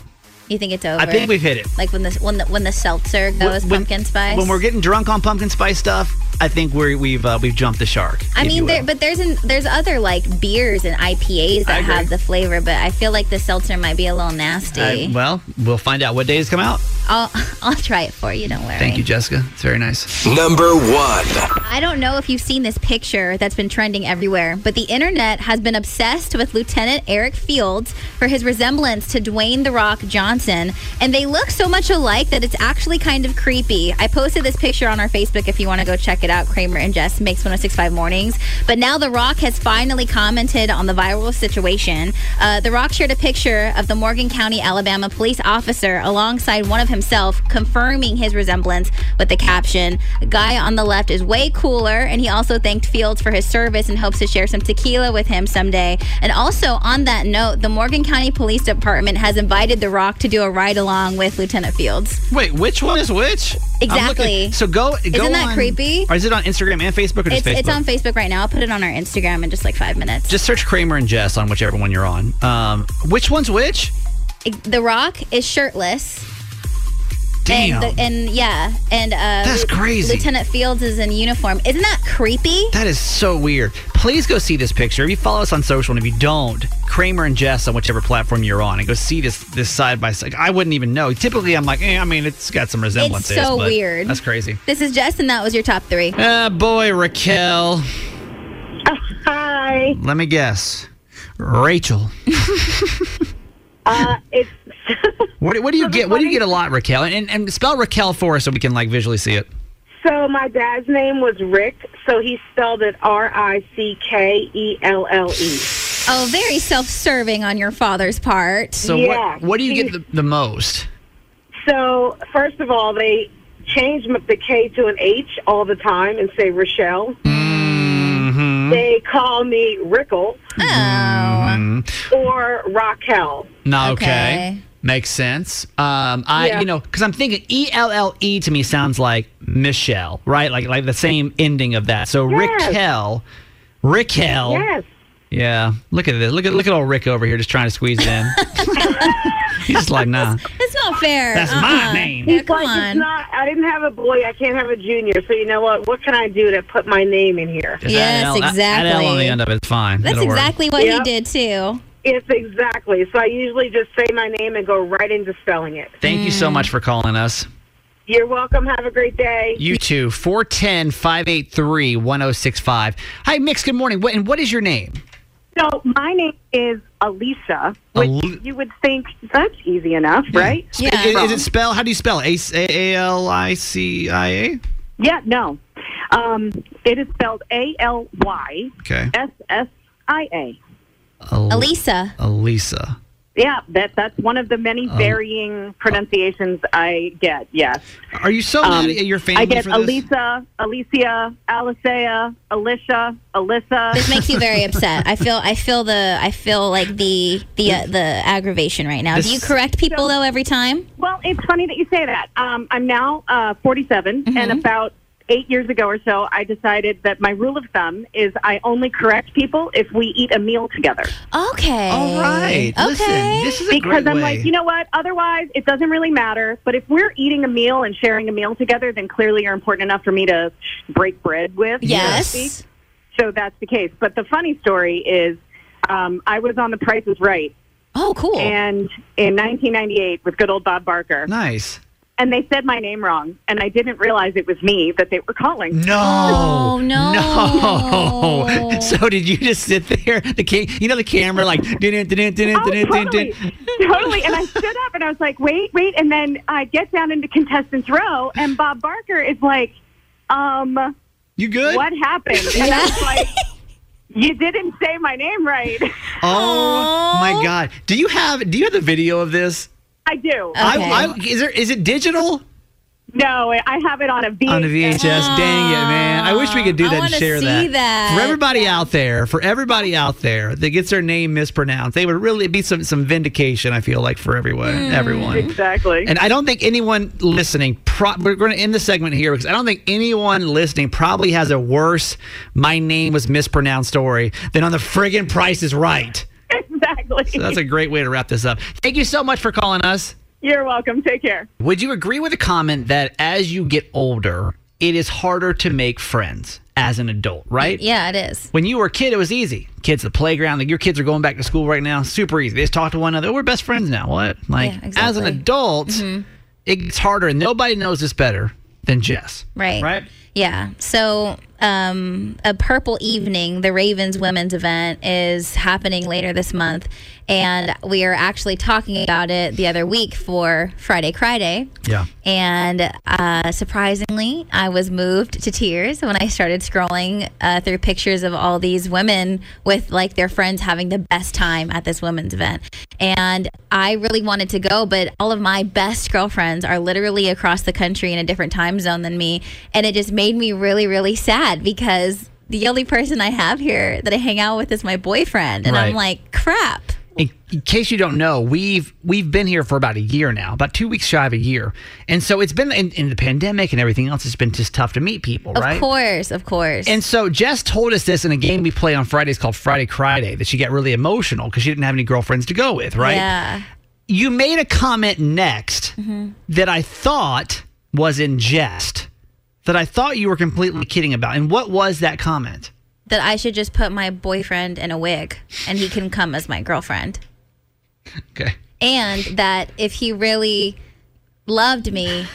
E: You think it's over?
D: I think we've hit it.
E: Like when the when the when the seltzer goes pumpkin spice.
D: When we're getting drunk on pumpkin spice stuff, I think we're, we've uh, we've jumped the shark.
E: I
D: if you
E: mean,
D: will.
E: there, but there's an, there's other like beers and IPAs
D: I
E: that
D: agree.
E: have the flavor, but I feel like the seltzer might be a little nasty.
D: I- well, we'll find out what days come out.
E: I'll I'll try it for you. Don't worry.
D: Thank you, Jessica. It's very nice.
K: Number one.
E: I don't know if you've seen this picture that's been trending everywhere, but the internet has been obsessed with Lieutenant Eric Fields for his resemblance to Dwayne The Rock Johnson. And they look so much alike that it's actually kind of creepy. I posted this picture on our Facebook if you want to go check it out. Kramer and Jess makes 1065 Mornings. But now The Rock has finally commented on the viral situation. Uh, the Rock shared a picture of the Morgan County, Alabama police officer alongside one of himself, confirming his resemblance with the caption Guy on the left is way cooler. And he also thanked Fields for his service and hopes to share some tequila with him someday. And also, on that note, the Morgan County Police Department has invited The Rock to do a ride along with Lieutenant Fields.
D: Wait, which one is which? I'm
E: Exactly.
D: looking- so go.
E: Isn't
D: go
E: that
D: on-
E: creepy?
D: Or is it on Instagram and Facebook or
E: It's,
D: just Facebook?
E: it's on Facebook right now. I'll put it on our Instagram in just like five minutes.
D: Just search Kramer and Jess on whichever one you're on. Um, which one's which?
E: The Rock is shirtless. And,
D: Damn.
E: the, and yeah, and uh,
D: That's crazy.
E: Lieutenant Fields is in uniform. Isn't that creepy?
D: that is so weird. Please go see this picture. If you follow us on social, and if you don't, Kramer and Jess on whichever platform you're on, and go see this this side by side. I wouldn't even know. Typically, I'm like, eh, I mean, it's got some resemblances.
E: so
D: but
E: weird.
D: That's crazy.
E: This is Jess, and that was your top three.
D: Ah, boy, Raquel.
L: Oh,
M: Hi.
D: Let me guess. Rachel.
M: Uh, it's
D: What, what do you get? What do you get a lot, Raquel? And, and spell Raquel for us so we can like visually see it.
M: so my dad's name was Rick, so he spelled it R I C K E L L E.
E: Oh, very self-serving on your father's part.
D: So what what do you get the, the most?
M: So first of all, they change m- the K to an H all the time and say Rochelle.
D: Mm-hmm.
M: They call me Rickle
D: Mm-hmm.
M: or Raquel.
D: No, okay.
M: Okay.
D: Makes sense. Um, I
M: Yeah.
D: you know because I'm thinking E L L E to me sounds like Michelle, right? Like like the same ending of that. So
M: Yes.
D: Raquel, Raquel.
M: Yes.
D: Yeah. Look at this. Look at look at old Rick over here just trying to squeeze it in. He's just like nah.
E: That's not fair. Uh-uh.
D: That's my name.
E: Yeah,
M: He's
E: come
M: like,
E: on.
M: It's not, I didn't have a boy. I can't have a junior. So you know what? What can I do to put my name in here?
D: Just add L- Add L on the end of it. It's fine.
E: That's
D: It'll work.
E: exactly what
M: Yep.
E: he did too.
M: It's exactly. So I usually just say my name and go right into spelling it.
D: Thank you
E: Mm.
D: so much for calling us.
M: You're welcome. Have a great day.
D: You too. 410 583 1065. Hi, Mix. Good morning. What, and what is your name?
L: So my name is Alisa, which
D: Al-
L: you would think that's easy enough, right?
D: Sp- Is, is it spell? How do you spell? A A L I C I A?
L: Yeah, no. Um, it is spelled A L Y
D: Okay.
L: S S I A.
D: Al-
L: Alisa.
D: Alisa.
L: Yeah, that that's one of the many
D: Um,
L: varying pronunciations I get. Yes.
D: uh,
L: Um,
D: Are you so mad at your family
L: I get
D: for this?
L: Alisa, Alicia, Alisea, Alicia, Alyssa.
E: This makes you very upset. I feel. I feel the. I feel like the the uh, the aggravation right now.
L: This-
E: Do you correct people though every time? Mm-hmm.
L: Well, it's funny that you say that. Um, I'm now uh, 47, and about eight years ago or so, I decided that my rule of thumb is I only correct people if we eat a meal together.
E: Okay.
D: All right. Listen, this is a
L: because
D: great
L: I'm
D: way.
L: like, you know what? Otherwise, it doesn't really matter. But if we're eating a meal and sharing a meal together, then clearly you're important enough for me to break bread with. so to
E: Yes.
L: speak. So that's the case. But the funny story is, um, I was on The Price Is Right.
E: Oh, cool.
L: And in 1998 with good old Bob Barker.
D: Nice.
L: And they said my name wrong, and I didn't realize it was me that they were calling.
D: No.
E: Oh, no.
D: No. Oh, So did you just sit there? The ca- you know the camera like didn't didn't didn't
L: Oh,
D: didn't
L: totally, totally. And I stood up and I was like, wait, wait. And then I get down into contestants row, and Bob Barker is like, um,
D: You good?
L: what happened? And I was like, you didn't say my name right.
D: Oh my god. Do you have do you have the video of this?
L: I do.
D: I, I is there is it digital?
L: no, I have it on a VHS.
D: on a VHS. Dang it, man. I wish we could
E: Oh.
D: do
E: I
D: that and
E: wanna
D: share
E: see that.
D: For everybody out there, for everybody out there that gets their name mispronounced, they would really be some, some vindication, I feel like, for everyone. Mm.
E: Hmm.
D: Everyone.
L: Exactly.
D: And I don't think anyone listening, pro- we're going to end the segment here because I don't think anyone listening probably has a worse my name was mispronounced story than on the friggin' price is right.
L: exactly.
D: So that's a great way to wrap this up. Thank you so much for calling us.
L: You're welcome. Take care.
D: Would you agree with the comment that as you get older, it is harder to make friends as an adult, right?
E: Yeah, it is.
D: When you were a kid, it was easy. Kids at the playground, like your kids are going back to school right now, super easy. They just talk to one another. We're best friends now. What? Like
E: Yeah,
D: as
E: exactly.
D: an
E: Mm-hmm.
D: adult, it's harder, and nobody knows this better than Jess.
E: Right.
D: Right?
E: Yeah. So, um, a purple evening, the Ravens women's event is happening later this month, and we are actually talking about it the other week for Friday Friday.
D: Yeah.
E: And uh, surprisingly, I was moved to tears when I started scrolling uh, through pictures of all these women with like their friends having the best time at this women's event. And I really wanted to go, but all of my best girlfriends are literally across the country in a different time zone than me. And it just made me really, really sad because the only person I have here that I hang out with is my boyfriend. And I'm
D: Right.
E: like, crap.
D: in, in case you don't know, we've we've been here for about a year now, about two weeks shy of a year, and so it's been in, in the pandemic and everything else. It's been just tough to meet people, right?
E: Of course, of course.
D: And so Jess told us this in a game we play on Fridays called Friday Friday that she got really emotional because she didn't have any girlfriends to go with, right?
E: Yeah. Mm-hmm.
D: You made a comment next that I thought was in jest, that I thought you were completely kidding about. And what was that comment?
E: that I should just put my boyfriend in a wig and he can come as my girlfriend.
D: Okay.
E: And that if he really loved me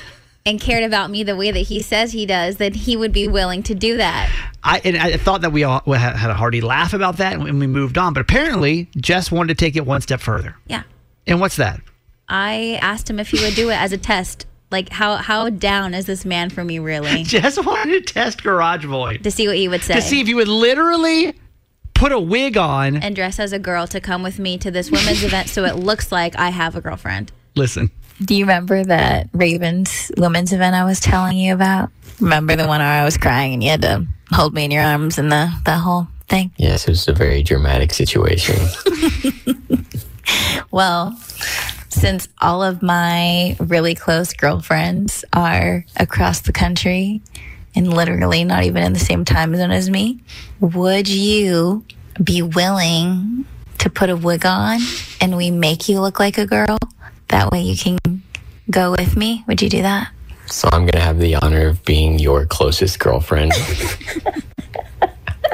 E: and cared about me the way that he says he does, then he would be willing to do that.
D: I and I thought that we all we had had a hearty laugh about that and we moved on. But apparently, Jess wanted to take it one step further.
E: Yeah.
D: And what's that?
E: I asked him if he would do it as a test. Like how how down is this man for me really?
D: Jess wanted to test Garage Void
E: To see what he would say.
D: to see if you would literally put a wig on.
E: and dress as a girl to come with me to this women's event so it looks like I have a girlfriend.
D: Listen,
N: Do you remember that Ravens women's event I was telling you about? Remember the one where I was crying and you had to hold me in your arms and the that whole thing?
O: Yes, it was a very dramatic situation.
N: Well, since all of my really close girlfriends are across the country and literally not even in the same time zone as me, would you be willing to put a wig on and we make you look like a girl? That way you can go with me. Would you do that?
O: so I'm going to have the honor of being your closest girlfriend.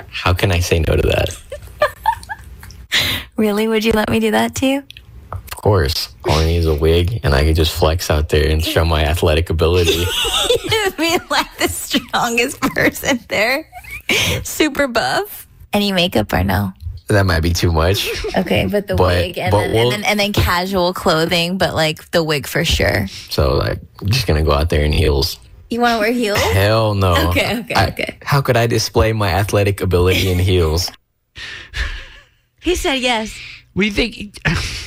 O: How can I say no to that?
N: Really? Would you let me do that to you?
O: Of course. All I need is a wig, and I could just flex out there and show my athletic ability.
N: You'd be like the strongest person there. Super buff. Any makeup or no?
O: that might be too much.
N: Okay, but the
O: But-
N: wig and,
O: but
N: then,
O: we'll-
N: and then and then casual clothing, but like the wig for sure.
O: So like, I'm just going to go out there in heels.
N: You want to wear heels?
O: Hell no.
N: Okay, okay,
O: I-
N: okay.
O: How could I display my athletic ability in heels?
E: He said yes.
D: we think.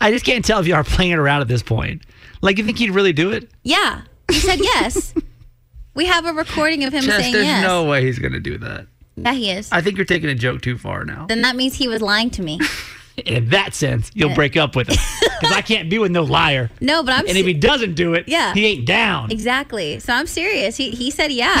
D: I just can't tell if you are playing it around at this point. Like, you think you'd really do it?
E: Yeah. He said yes. we have a recording of him
D: Jess,
E: saying
D: there's
E: yes.
D: no way he's going to do that.
E: yeah, he is.
D: I think you're taking a joke too far now.
E: Then that means he was lying to me.
D: And in that sense, you'll
E: Yeah.
D: break up with him because I can't be with no liar.
E: No, but I'm
D: And if he
E: se-
D: doesn't do it,
E: Yeah.
D: he ain't down.
E: Exactly. So I'm serious. He, he said yeah.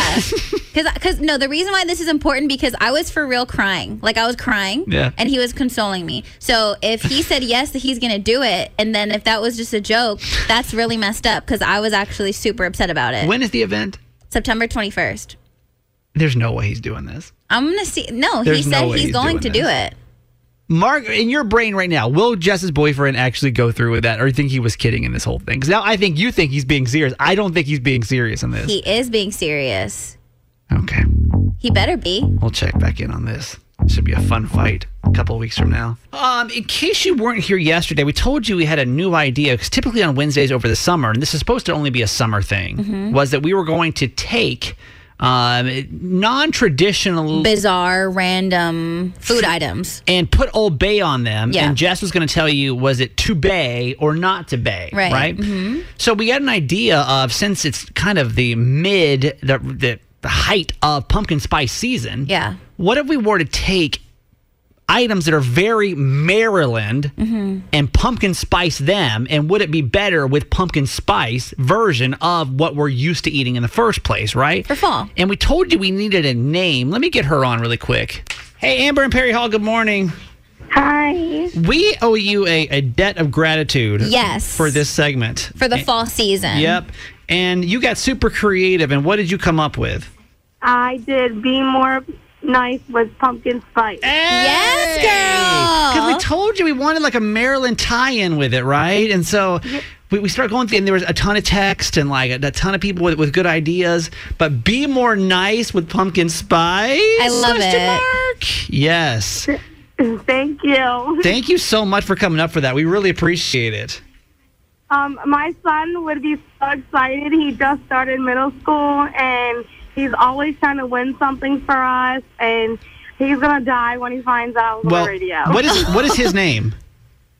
E: Cuz cuz no, the reason why this is important because I was for real crying. Like I was crying
P: Yeah.
E: and he was consoling me. So if he said yes that he's going to do it and then if that was just a joke, that's really messed up cuz I was actually super upset about it.
D: When is the event?
E: September 21st.
D: There's no way he's doing this.
E: I'm going to see No, he
D: There's no
E: said
D: way
E: he's,
D: he's
E: going
D: doing
E: to do
D: this.
E: it.
D: Mark, in your brain right now, will Jess's boyfriend actually go through with that, or you think he was kidding in this whole thing? Because now I think you think he's being serious. I don't think he's being serious in this.
E: He is being serious.
D: Okay.
E: He better be.
D: We'll check back in on this. Should be a fun fight a couple of weeks from now. Um, in case you weren't here yesterday, we told you we had a new idea because typically on Wednesdays over the summer, and this is supposed to only be a summer thing,
E: Mhm.
D: was that we were going to take um, non-traditional
E: Bizarre random food items.
D: and put Old Bay on them.
E: Yeah.
D: And Jess was going to tell you was it to bay or not to bay,
E: Right.
D: right? Mm-hmm.
E: Mhm.
D: So we got an idea of since it's kind of the mid the the, the height of pumpkin spice season.
E: Yeah.
D: What if we were to take items that are very Maryland and pumpkin spice them and would it be better with pumpkin spice version of what we're used to eating in the first place, right? For
E: fall.
D: And we told you we needed a name. Let me get her on really quick. Hey Amber and Perry Hall, good morning.
E: Hi.
D: We owe you a, a debt of gratitude
E: Yes.
D: for this segment.
E: For the fall season.
D: Eh. Yep. And you got super creative and what did you come up with?
P: I did be more nice with pumpkin spice.
E: Yes,
D: Because we told you we wanted like a Maryland tie-in with it, right? And so we, we started going through, and there was a ton of text and like a, a ton of people with, with good ideas. But be more nice with pumpkin spice.
E: I love
D: Question
E: it.
D: mark? Yes.
P: Thank you.
D: Thank you so much for coming up for that. We really appreciate it.
P: Um, my son would be so excited. He just started middle school, and he's always trying to win something for us. And he's gonna die when he finds out on
D: Well,
P: the radio.
D: what is what is his name?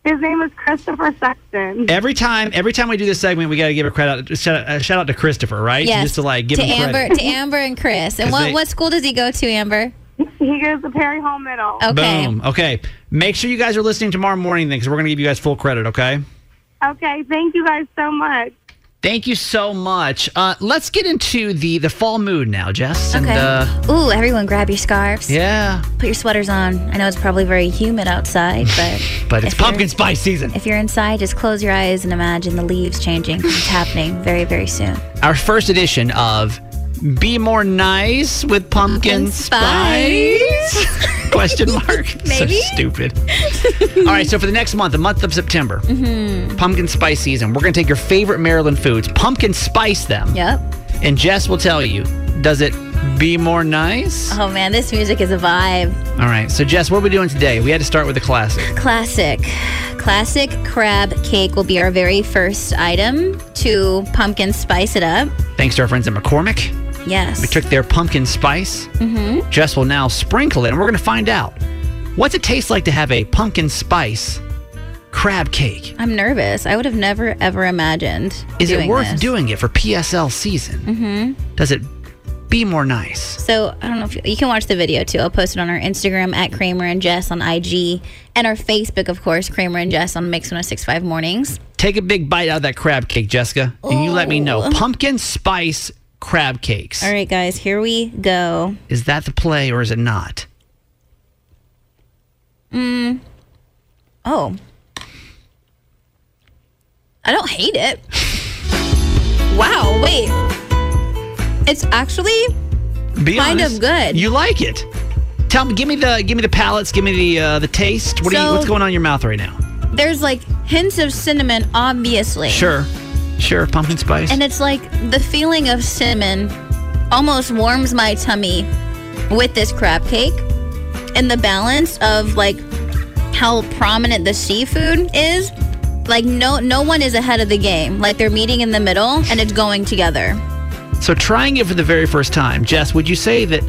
P: His name is Christopher Sexton.
D: Every time, every time we do this segment, we got to give a credit out, shout, uh, shout out to Christopher, right?
E: Yes.
D: Just to like give
E: to
D: him
E: Amber,
D: credit.
E: to Amber and Chris. And
D: 'Cause
E: what
D: they-
E: what school does he go to, Amber?
P: He goes to Perry Hall Middle.
E: Okay.
D: Boom. Okay. Make sure you guys are listening tomorrow morning then, because we're going to give you guys full credit. Okay. Eh.
P: Okay, thank you guys so much.
D: Thank you so much. Uh, let's get into the the fall mood now, Jess.
E: Okay. Ooh, everyone, grab your scarves.
D: uh, Yeah.
E: Put your sweaters on. I know it's probably very humid outside, but
D: but it's
E: if you're-
D: pumpkin spice season.
E: if you're inside, just close your eyes and imagine the leaves changing. 'cause It's happening very, very soon.
D: Our first edition of "Be More Nice with Pumpkin, Spice." Question mark.
E: Maybe?
D: So stupid. All right. So for the next month, the month of September,
E: Mm-hmm.
D: pumpkin spice season. We're going to take your favorite Maryland foods, pumpkin spice them.
E: Yep.
D: And Jess will tell you, does it be more nice?
E: Oh man, this music is a vibe.
D: All right. So Jess, what are we doing today? We had to start with a classic.
E: Classic. Classic crab cake will be our very first item to pumpkin spice it up.
D: Thanks to our friends at McCormick.
E: Yes.
D: We took their pumpkin spice.
E: Mm-hmm.
D: Jess will now sprinkle it, and we're going to find out what's it taste like to have a pumpkin spice crab cake.
E: I'm nervous. I would have never ever imagined.
D: Is
E: doing
D: it worth
E: this.
D: doing it for PSL season?
E: Mm-hmm.
D: Does it be more nice?
E: So I don't know if you, you can watch the video too. I'll post it on our Instagram at Kramer and Jess on IG and our Facebook, of course, Kramer and Jess on Mix 1065 Mornings.
D: Take a big bite out of that crab cake, Jessica, and you let me know. Pumpkin spice crab cakes.
E: All right, guys, here we go.
D: Is that the play or is it not?
E: Mm. Oh. I don't hate it. wow, wait. It's actually
D: Be
E: Kind
D: honest.
E: of good.
D: You like it? Tell me, give me the give me the palates, give me the uh, the taste. What do you,
E: So-
D: what's going on in your mouth right now?
E: there's like hints of cinnamon, obviously.
D: Sure, sure, pumpkin spice.
E: And it's like the feeling of cinnamon almost warms my tummy with this crab cake. And the balance of like how prominent the seafood is, like no no one is ahead of the game. Like they're meeting in the middle and it's going together.
D: So trying it for the very first time, Jess, would you say that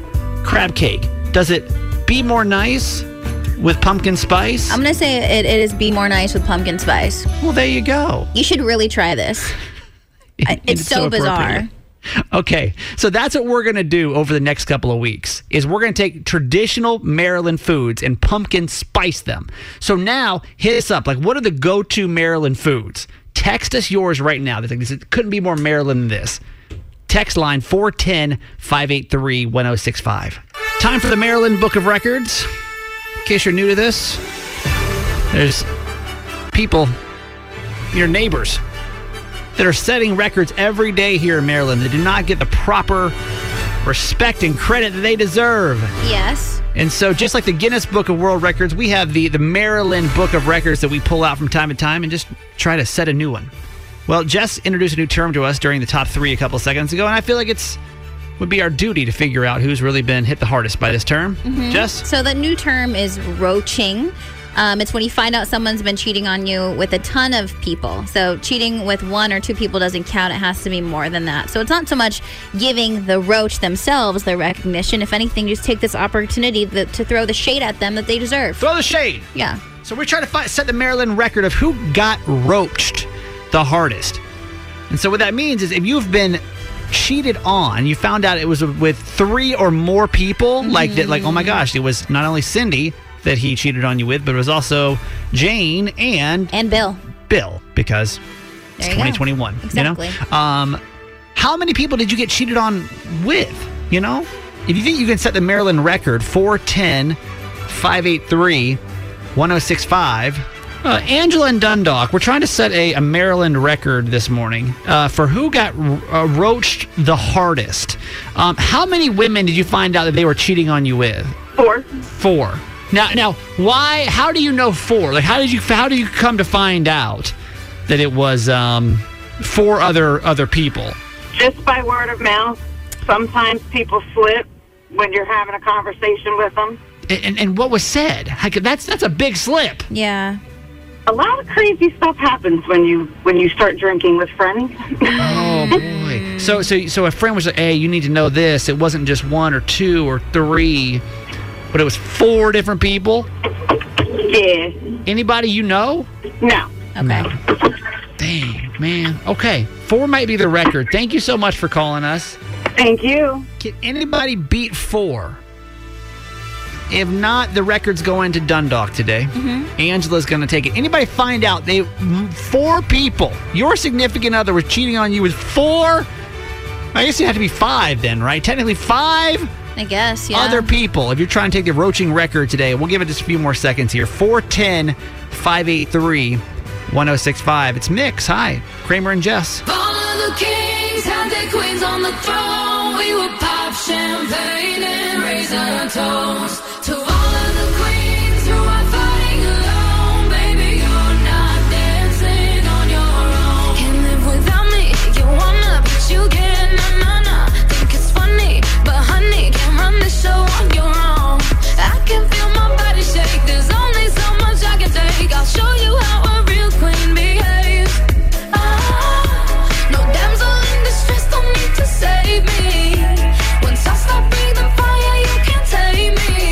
D: crab cake does it be more nice with pumpkin spice?
E: I'm gonna say it, it is be more nice with pumpkin spice.
D: well, there you go.
E: You should really try this. I-
D: And
E: it's so bizarre.
D: appropriate. Okay, so that's what we're gonna do over the next couple of weeks. Is we're gonna take traditional Maryland foods and pumpkin spice them. So now hit us up. Like, what are the go-to Maryland foods? Text us yours right now. They think this it couldn't be more Maryland than this. Text line 410-583-1065. Time for the Maryland Book of Records. In case you're new to this, there's people, your neighbors, that are setting records every day here in Maryland that do not get the proper respect and credit that they deserve.
E: Yes.
D: And so, just like the Guinness Book of World Records, we have the, the Maryland Book of Records that we pull out from time to time and just try to set a new one. Well, Jess introduced a new term to us during the top three a couple seconds ago, and I feel like it's would be our duty to figure out who's really been hit the hardest by this term.
E: Mhm.
D: Jess?
E: So the new term is roaching. Um, it's when you find out someone's been cheating on you with a ton of people. So cheating with one or two people doesn't count. It has to be more than that. So it's not so much giving the roach themselves the recognition. If anything, just take this opportunity th- to throw the shade at them that they deserve.
D: Throw the shade.
E: Yeah.
D: So we're trying to find, set the Maryland record of who got roached the hardest. And so what that means is if you've been cheated on, you found out it was with three or more people, like that, like oh my gosh, it was not only Cindy that he cheated on you with, but it was also Jane and
E: and Bill.
D: Bill, because it's
E: There you go.
D: 2021.
E: Exactly.
D: You know? Um, how many people did you get cheated on with? You know, if you think you can set the Maryland record, 410 583 1065. Uh, Angela and Dundalk, we're trying to set a, a Maryland record this morning uh, for who got ro- uh, roached the hardest. Um, how many women did you find out that they were cheating on you with?
M: Four.
D: Four. Now, now, why? How do you know four? Like, how did you? How do you come to find out that it was um, four other other people?
M: Just by word of mouth, sometimes people slip when you're having a conversation with them.
D: And, and, and what was said? Like, that's that's a big slip.
E: Yeah.
M: A lot of crazy stuff happens when you when you start drinking with friends.
D: Oh boy. So so so a friend was like, "Hey, you need to know this. It wasn't just one or two or three, but it was four different people."
M: Yeah.
D: Anybody you know?
M: No.
E: Okay.
D: Dang, man. Okay. Four might be the record. Thank you so much for calling us.
M: Thank you.
D: Can anybody beat four? If not, the record's going to Dundalk today. Angela's going to take it. Anybody find out they m- four people, your significant other was cheating on you with four? I guess you have to be five then, right? Technically five
E: I guess. Yeah.
D: other people. If you're trying to take the roaching record today, we'll give it just a few more seconds here. 410 583 1065. It's Mix. Hi, Kramer and Jess.
Q: Born of the kings, had their queens on the throne. We would pop champagne and raise our toast to all of the queens who are fighting alone. Baby, you're not dancing on your own. Can't live without me. You wanna, but you can't. Na na na. Think it's funny, but honey, can't run this show on your own. I can feel my body shake. There's only so much I can take. I'll show you how a real queen behaves. Ah. No damsel in distress, don't need to save me. Once I stop breathing fire, you can't tame me.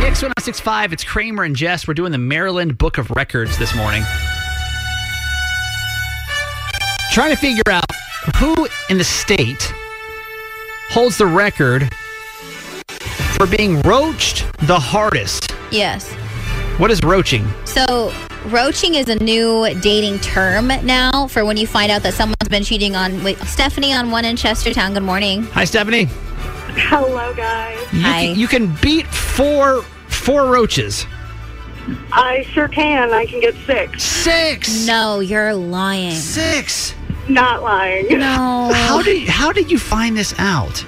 D: 1065. It's Kramer and Jess. We're doing the Maryland Book of Records this morning. Trying to figure out who in the state holds the record for being roached the hardest.
E: Yes.
D: What is roaching?
E: So, roaching is a new dating term now for when you find out that someone's been cheating on wait, Stephanie on one in Chestertown. Good morning.
D: Hi, Stephanie.
E: Hello, guys.
D: You
E: Hi.
D: Can, you can beat four four roaches.
E: I sure can. I can get six. Six? No, you're lying.
D: Six?
E: Not lying.
M: Oh.
E: No.
D: How did how did you find this out?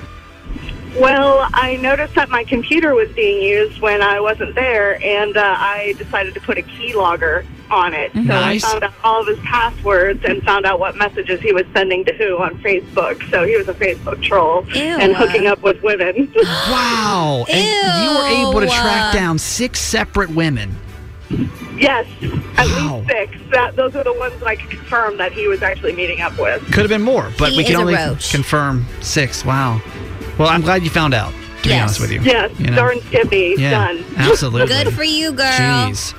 M: Well, I noticed that my computer was being used when I wasn't there, and uh, I decided to put a keylogger on it. So
D: Nice.
M: I found out all of his passwords and found out what messages he was sending to who on Facebook. So he was a Facebook troll and hooking up with women.
D: Wow. And you were able to track down six separate women.
M: Yes, at least six. That, those are the ones I could confirm that he was actually meeting up with.
D: Could have been more, but
M: He
D: we can
M: is a
D: only
M: roach.
D: confirm six. Wow. Well, I'm glad you found out, to be honest with you.
M: Yes,
D: You know?
M: darn Skippy,
D: Yeah,
M: done.
D: absolutely.
E: Good for you, girl.
D: Jeez.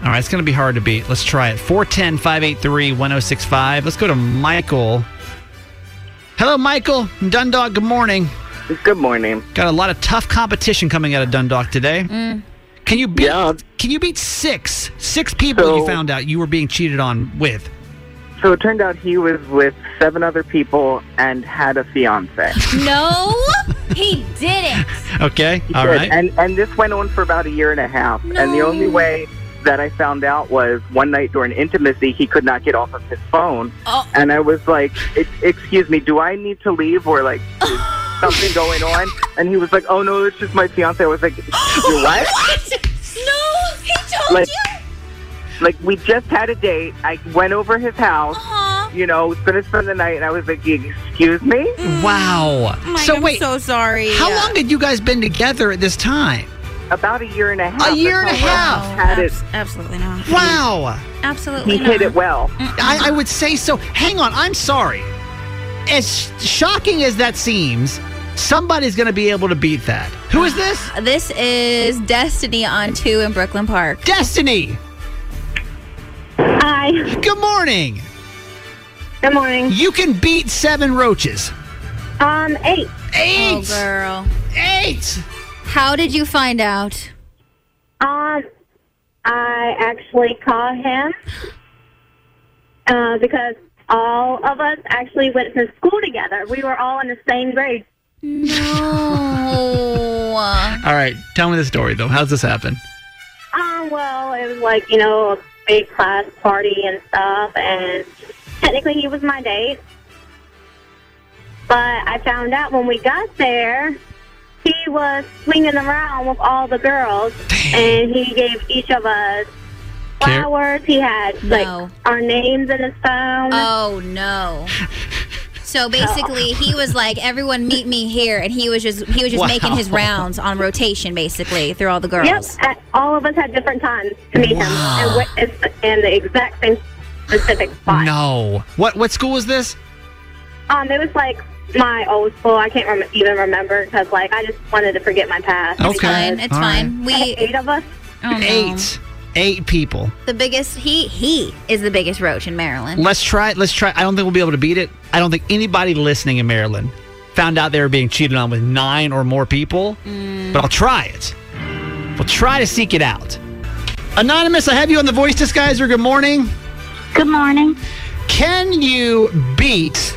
D: All right, it's going to be hard to beat. Let's try it. 410 583 1065. Let's go to Michael. Hello, Michael. Dundalk, good morning.
R: Good morning.
D: Got a lot of tough competition coming out of Dundalk today.
M: Mm.
D: Can you beat Can you beat six? Six people you found out you were being cheated on with.
R: So it turned out he was with seven other people and had a fiance.
E: No, he didn't.
D: Okay. All
R: Good.
D: right.
R: And and this went on for about a year and a half. And the only way that I found out was one night during intimacy he could not get off of his phone.
E: Oh.
R: And I was like, "Ex- "Excuse me, do I need to leave or like is something going on?" And he was like, "Oh no, it's just my fiance." I was like, "Your what?"
E: No, he told
R: like, like we just had a date. I went over his house.
E: Uh-huh.
R: You know, was gonna spend the night, and I was like, "Excuse me."
D: Wow. so wait.
E: Mm, so sorry.
D: How long had you guys been together at this time?
R: About a year and a half.
D: A year and a
R: That's how
D: half.
R: well Had it.
E: Absolutely not.
D: Wow.
E: Absolutely
R: He hit it well.
D: I, I would say so. Hang on, I'm sorry. As shocking as that seems, somebody's going to be able to beat that. Who is this?
E: Uh, This is Destiny on 2 in Brooklyn Park. Oh,
D: Destiny!
E: Hi.
D: Good morning.
E: Good morning.
D: You can beat seven roaches.
E: Um, eight.
D: Eight.
E: Oh, girl.
D: Eight.
E: How did you find out?
S: Um, I actually called him uh, because all of us actually went to school together. We were all in the same grade.
E: No.
D: All right, tell me the story though. How's this happen?
S: Um, well, it was like, you know, a big class party and stuff, and technically he was my date. But I found out when we got there, he was swinging around with all the girls, and he gave each of us
D: Care-
S: flowers. He had, like,
E: No.
S: our names in his phone.
E: Oh, no. So basically, he was like, "Everyone, meet me here," and he was just he was just
S: Wow.
E: making his rounds on rotation, basically through all the girls.
S: Yep, uh, all of us had different times to meet him, and, wh- it's in the exact same specific spot.
D: No. What what school was this?
S: Um, it was like my old school. I can't rem- even remember because like I just wanted to forget my past.
D: It's Okay. fine, it's All right. fine.
E: We
S: eight of us.
D: Eight. Eight people.
E: Oh, The biggest he he is the biggest roach in Maryland.
D: Let's try it. Let's try. I don't think we'll be able to beat it. I don't think anybody listening in Maryland found out they were being cheated on with nine or more people. But I'll try it. We'll try to seek it out. Anonymous, I have you on the voice disguiser. Good morning.
S: Good morning.
D: Can you beat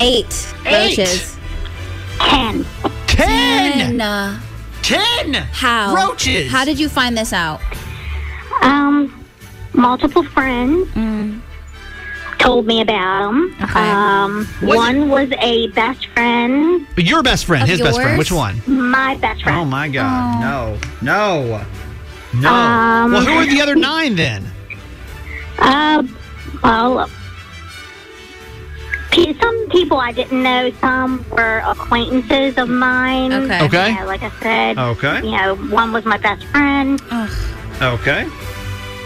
E: Eight,
D: Eight.
E: roaches.
S: Ten.
D: Ten.
E: Ten.
D: Ten.
E: How?
D: Roaches.
E: How did you find this out?
S: Um, multiple friends told me about them. Um,
D: Was
S: one was a best friend.
D: your best friend?
S: Of
D: his best friend.
S: yours?
D: Which one?
S: My best friend.
D: Oh my God! No! No! No!
S: Um,
D: well, who are the other nine then?
S: Uh, well, pe- some people I didn't know. Some were acquaintances of mine.
D: Okay. Okay.
S: You know, like I said.
D: Okay.
S: You know, one was my best friend.
D: Okay.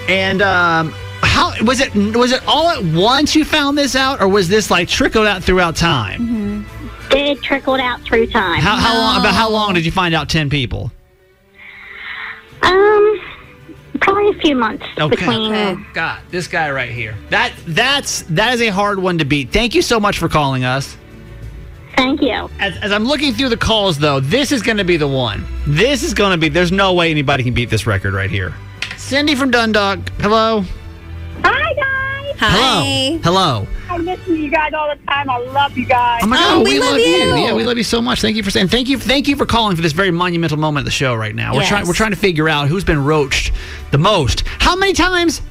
D: And um, how was it? Was it all at once you found this out, or was this like trickled out throughout time?
S: Mm-hmm. It trickled out through time.
D: How, how long? About how long did you find out ten people?
S: Um,
T: a few months between.
D: God, this guy right here. That that's that is a hard one to beat. Thank you so much for calling us.
T: Thank you.
D: As, as I'm looking through the calls, though, this is going to be the one. This is going to be. There's no way anybody can beat this record right here. Cindy from Dundalk. Hello.
T: Hi, guys.
D: Hello. Hello.
T: I listen to you guys all the time. I love you guys.
D: Oh my God, we, love, you. Yeah, we love you so much. Thank you for saying. Thank you. Thank you for calling for this very monumental moment of the show right now. We're
T: Yes.
D: trying. We're trying to figure out who's been roached the most. How many times?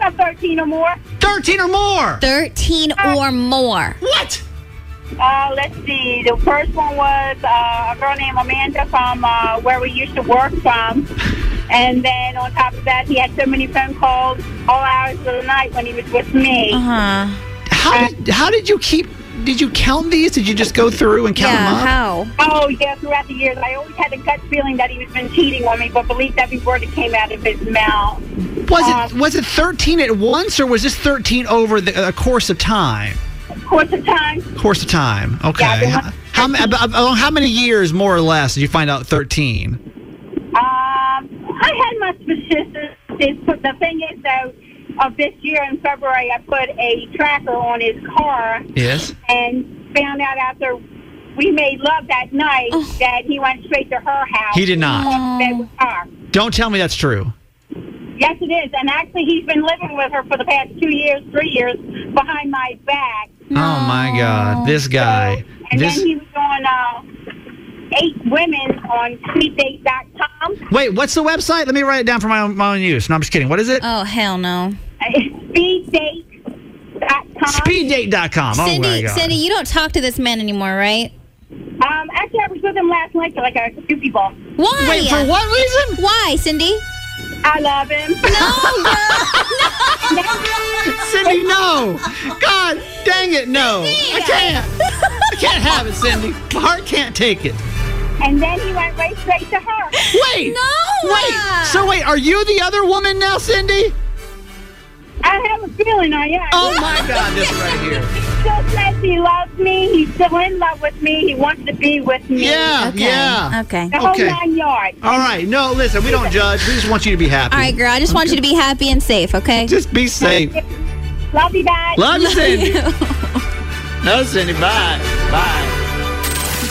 T: Thirteen or more.
D: Thirteen or more.
E: Thirteen or more.
D: What?
T: Uh, let's see. The first one was uh, a girl named Amanda from uh, where we used to work from. And then on top of that, he had so many phone calls all hours of the night when he was with me.
E: Uh-huh.
D: How did, how did you keep? Did you count these? Did you just go through and count them up?
E: how?
T: Oh, yeah, throughout the years. I always had a gut feeling that he was been cheating on me, but believed every word that came out of his mouth.
D: Was
T: Uh,
D: it was it thirteen at once, or was this thirteen over the a course of time?
T: Course of time.
D: Course of time. Okay.
T: Yeah, they
D: how,
T: want-
D: how, ma- ab- ab- along how many years, more or less, did you find out thirteen?
T: Um, I had my suspicions, but the thing is, though, of this year in February, I put a tracker on his car
D: Yes.
T: and found out after we made love that night that he went straight to her house.
D: He did not.
T: And stayed with her.
D: Don't tell me that's true.
T: Yes, it is. And actually, he's been living with her for the past two years, three years, behind my back.
D: Oh my God, this guy.
T: And
D: This.
T: then he was on uh, eight women on sweetdate.com.
D: Wait, what's the website? Let me write it down for my own, my own use. No, I'm just kidding. What is it?
E: Oh hell no.
T: Speeddate.com.
D: Speeddate.com. Oh my
E: Cindy,
D: God.
E: Cindy, you don't talk to this man anymore, right?
T: Um, actually, I was with him last night for like a goofy ball.
E: Why?
T: Wait, for
D: what reason?
E: Why, Cindy?
T: I love him.
E: No,
D: Cindy, no. God dang it, no. I can't. I can't have it, Cindy. My heart can't take it.
T: And then he went right straight to her.
D: Wait.
E: uh.
D: Wait. So wait, are you the other woman now, Cindy?
T: I have a feeling I am.
D: Oh my God, this right here.
T: Still says he loves me. He's still in love with me. He wants to be with me.
D: Yeah, Okay, yeah. okay.
T: The whole
D: Okay.
T: nine yards.
D: All right. No, listen, we don't judge. We just want you to be happy.
E: All right, girl. I just want you to be happy and safe, okay?
D: Just be safe.
T: Love you guys.
D: Love you, Cindy. No, Cindy. Bye. Bye.